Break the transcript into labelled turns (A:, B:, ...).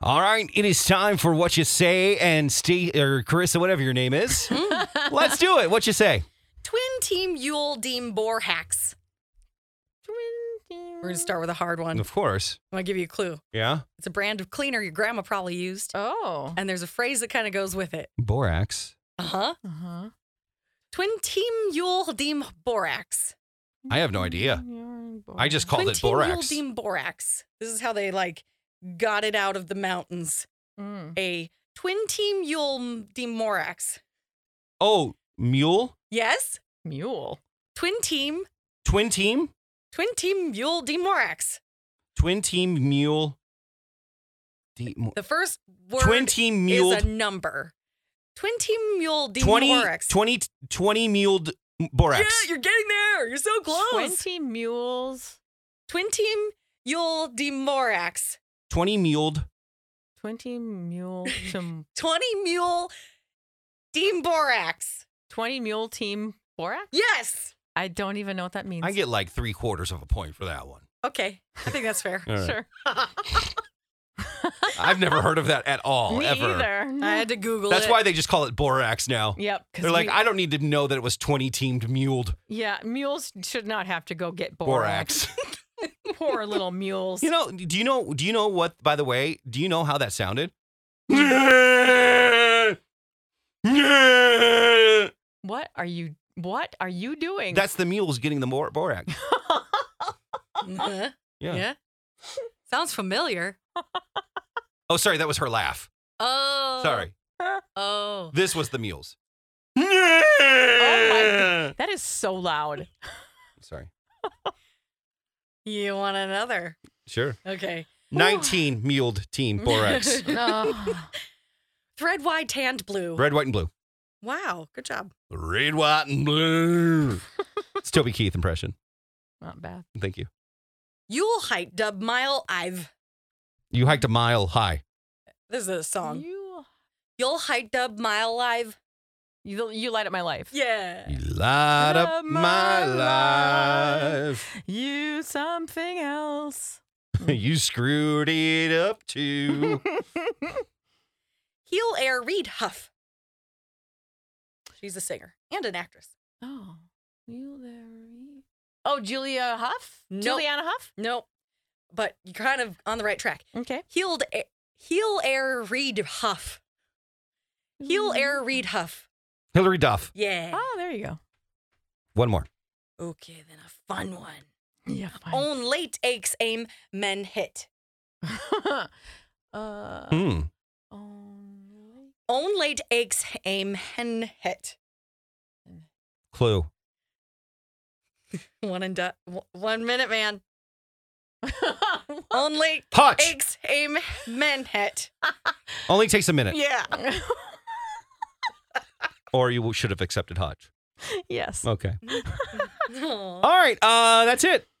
A: All right, it is time for what you say and Steve or Carissa, whatever your name is. Let's do it. What you say?
B: Twin Team Yule Deem Boar Hacks. We're going to start with a hard one. I'm
A: Of course.
B: going to give you a clue.
A: Yeah.
B: It's a brand of cleaner your grandma probably used,
C: Oh.
B: and there's a phrase that kind of goes with it.
A: Borax.
B: Uh huh.
C: Uh-huh.
B: Twin Team Yule Deem Borax.
A: I have no idea. I just called
B: Twin
A: it
B: Team
A: borax.
B: Yule Deem Borax. This is how they like got it out of the mountains.
C: Mm.
B: A Twin Team Yule Deem Borax.
A: Oh, mule?
B: Yes.
C: Mule.
B: Twin Team.
A: Twin team?
B: Twin Team Yule Deem Borax.
A: Twin team mule. De- mo-
B: The first word
A: twin team mule.
B: is a number. Twin Team Yule Deem
A: 20,
B: Borax.
A: 20, 20 muled borax.
B: Yeah, you're getting there. You're so close.
C: Twenty mules.
B: Twin Team Yule Demorax.
A: 20 muled.
C: Twenty mule. Team,
B: 20 Mule Demorax.
C: Twenty mule team. Borax.
B: Yes.
C: I don't even know what that means.
A: I get like three quarters of a point for that one.
B: Okay. I think that's fair.
A: All right.
C: sure.
A: I've never heard of that at all,
C: Me
A: ever.
C: either.
B: I had to Google
A: That's
B: it.
A: why they just call it borax now.
C: Yep. 'cause
A: They're like,
C: we-
A: I don't need to know that it was 20 teamed muled
C: yeah, mules should not have to go get borax.
A: borax.
C: Poor little mules.
A: You know, do you know do you know what by the way, do you know how that sounded? That's
C: what are you? What are you doing?
A: the mules getting the more borax.
B: Mhm.
A: Yeah.
B: Yeah. Sounds familiar.
A: Oh, sorry, that was her laugh.
B: Oh.
A: Sorry.
B: Oh.
A: This was the mules.
C: my- that is so loud.
A: Sorry.
B: You want another?
A: Sure.
B: Okay.
A: 19 muled team borax.
B: Thread wide tanned blue.
A: Red, white and blue.
B: Wow. Good job.
A: Red, white and blue. It's Toby Keith impression.
C: not bad.
A: Thank you.
B: Yule height dub mile I've.
A: You hiked a mile high.
B: This is a song.
C: You,
B: Yule height dub mile live.
C: you, you light up my life.
B: Yeah.
A: You light up
C: Up
A: my
C: my
A: life.
C: You something else.
A: you screwed it up
C: Oh.
A: too.
B: Heel Air Reed Huff. She's a singer and an actress.
C: Oh, you there? Oh, Julia Huff.
B: Nope.
C: Juliana Huff.
B: Nope. But you're kind of on the right track.
C: Okay.
B: Healed a- Heel Air Reed Huff. Heel Air Reed Huff.
A: Hillary Duff.
B: Yeah.
C: Oh, there you go.
A: One more.
B: Okay, then a fun one.
C: Yeah.
B: Own late aches aim men hit.
C: uh,
A: Hmm.
C: only
B: Own late aches aim hen hit.
A: Clue.
B: One and done. One minute, man. Own late
A: Hutch.
B: aches aim men hit.
A: Only takes a minute.
B: Yeah.
A: Or you should have accepted Hutch.
C: yes.
A: Okay.
B: Aw.
A: All right. Uh, that's it.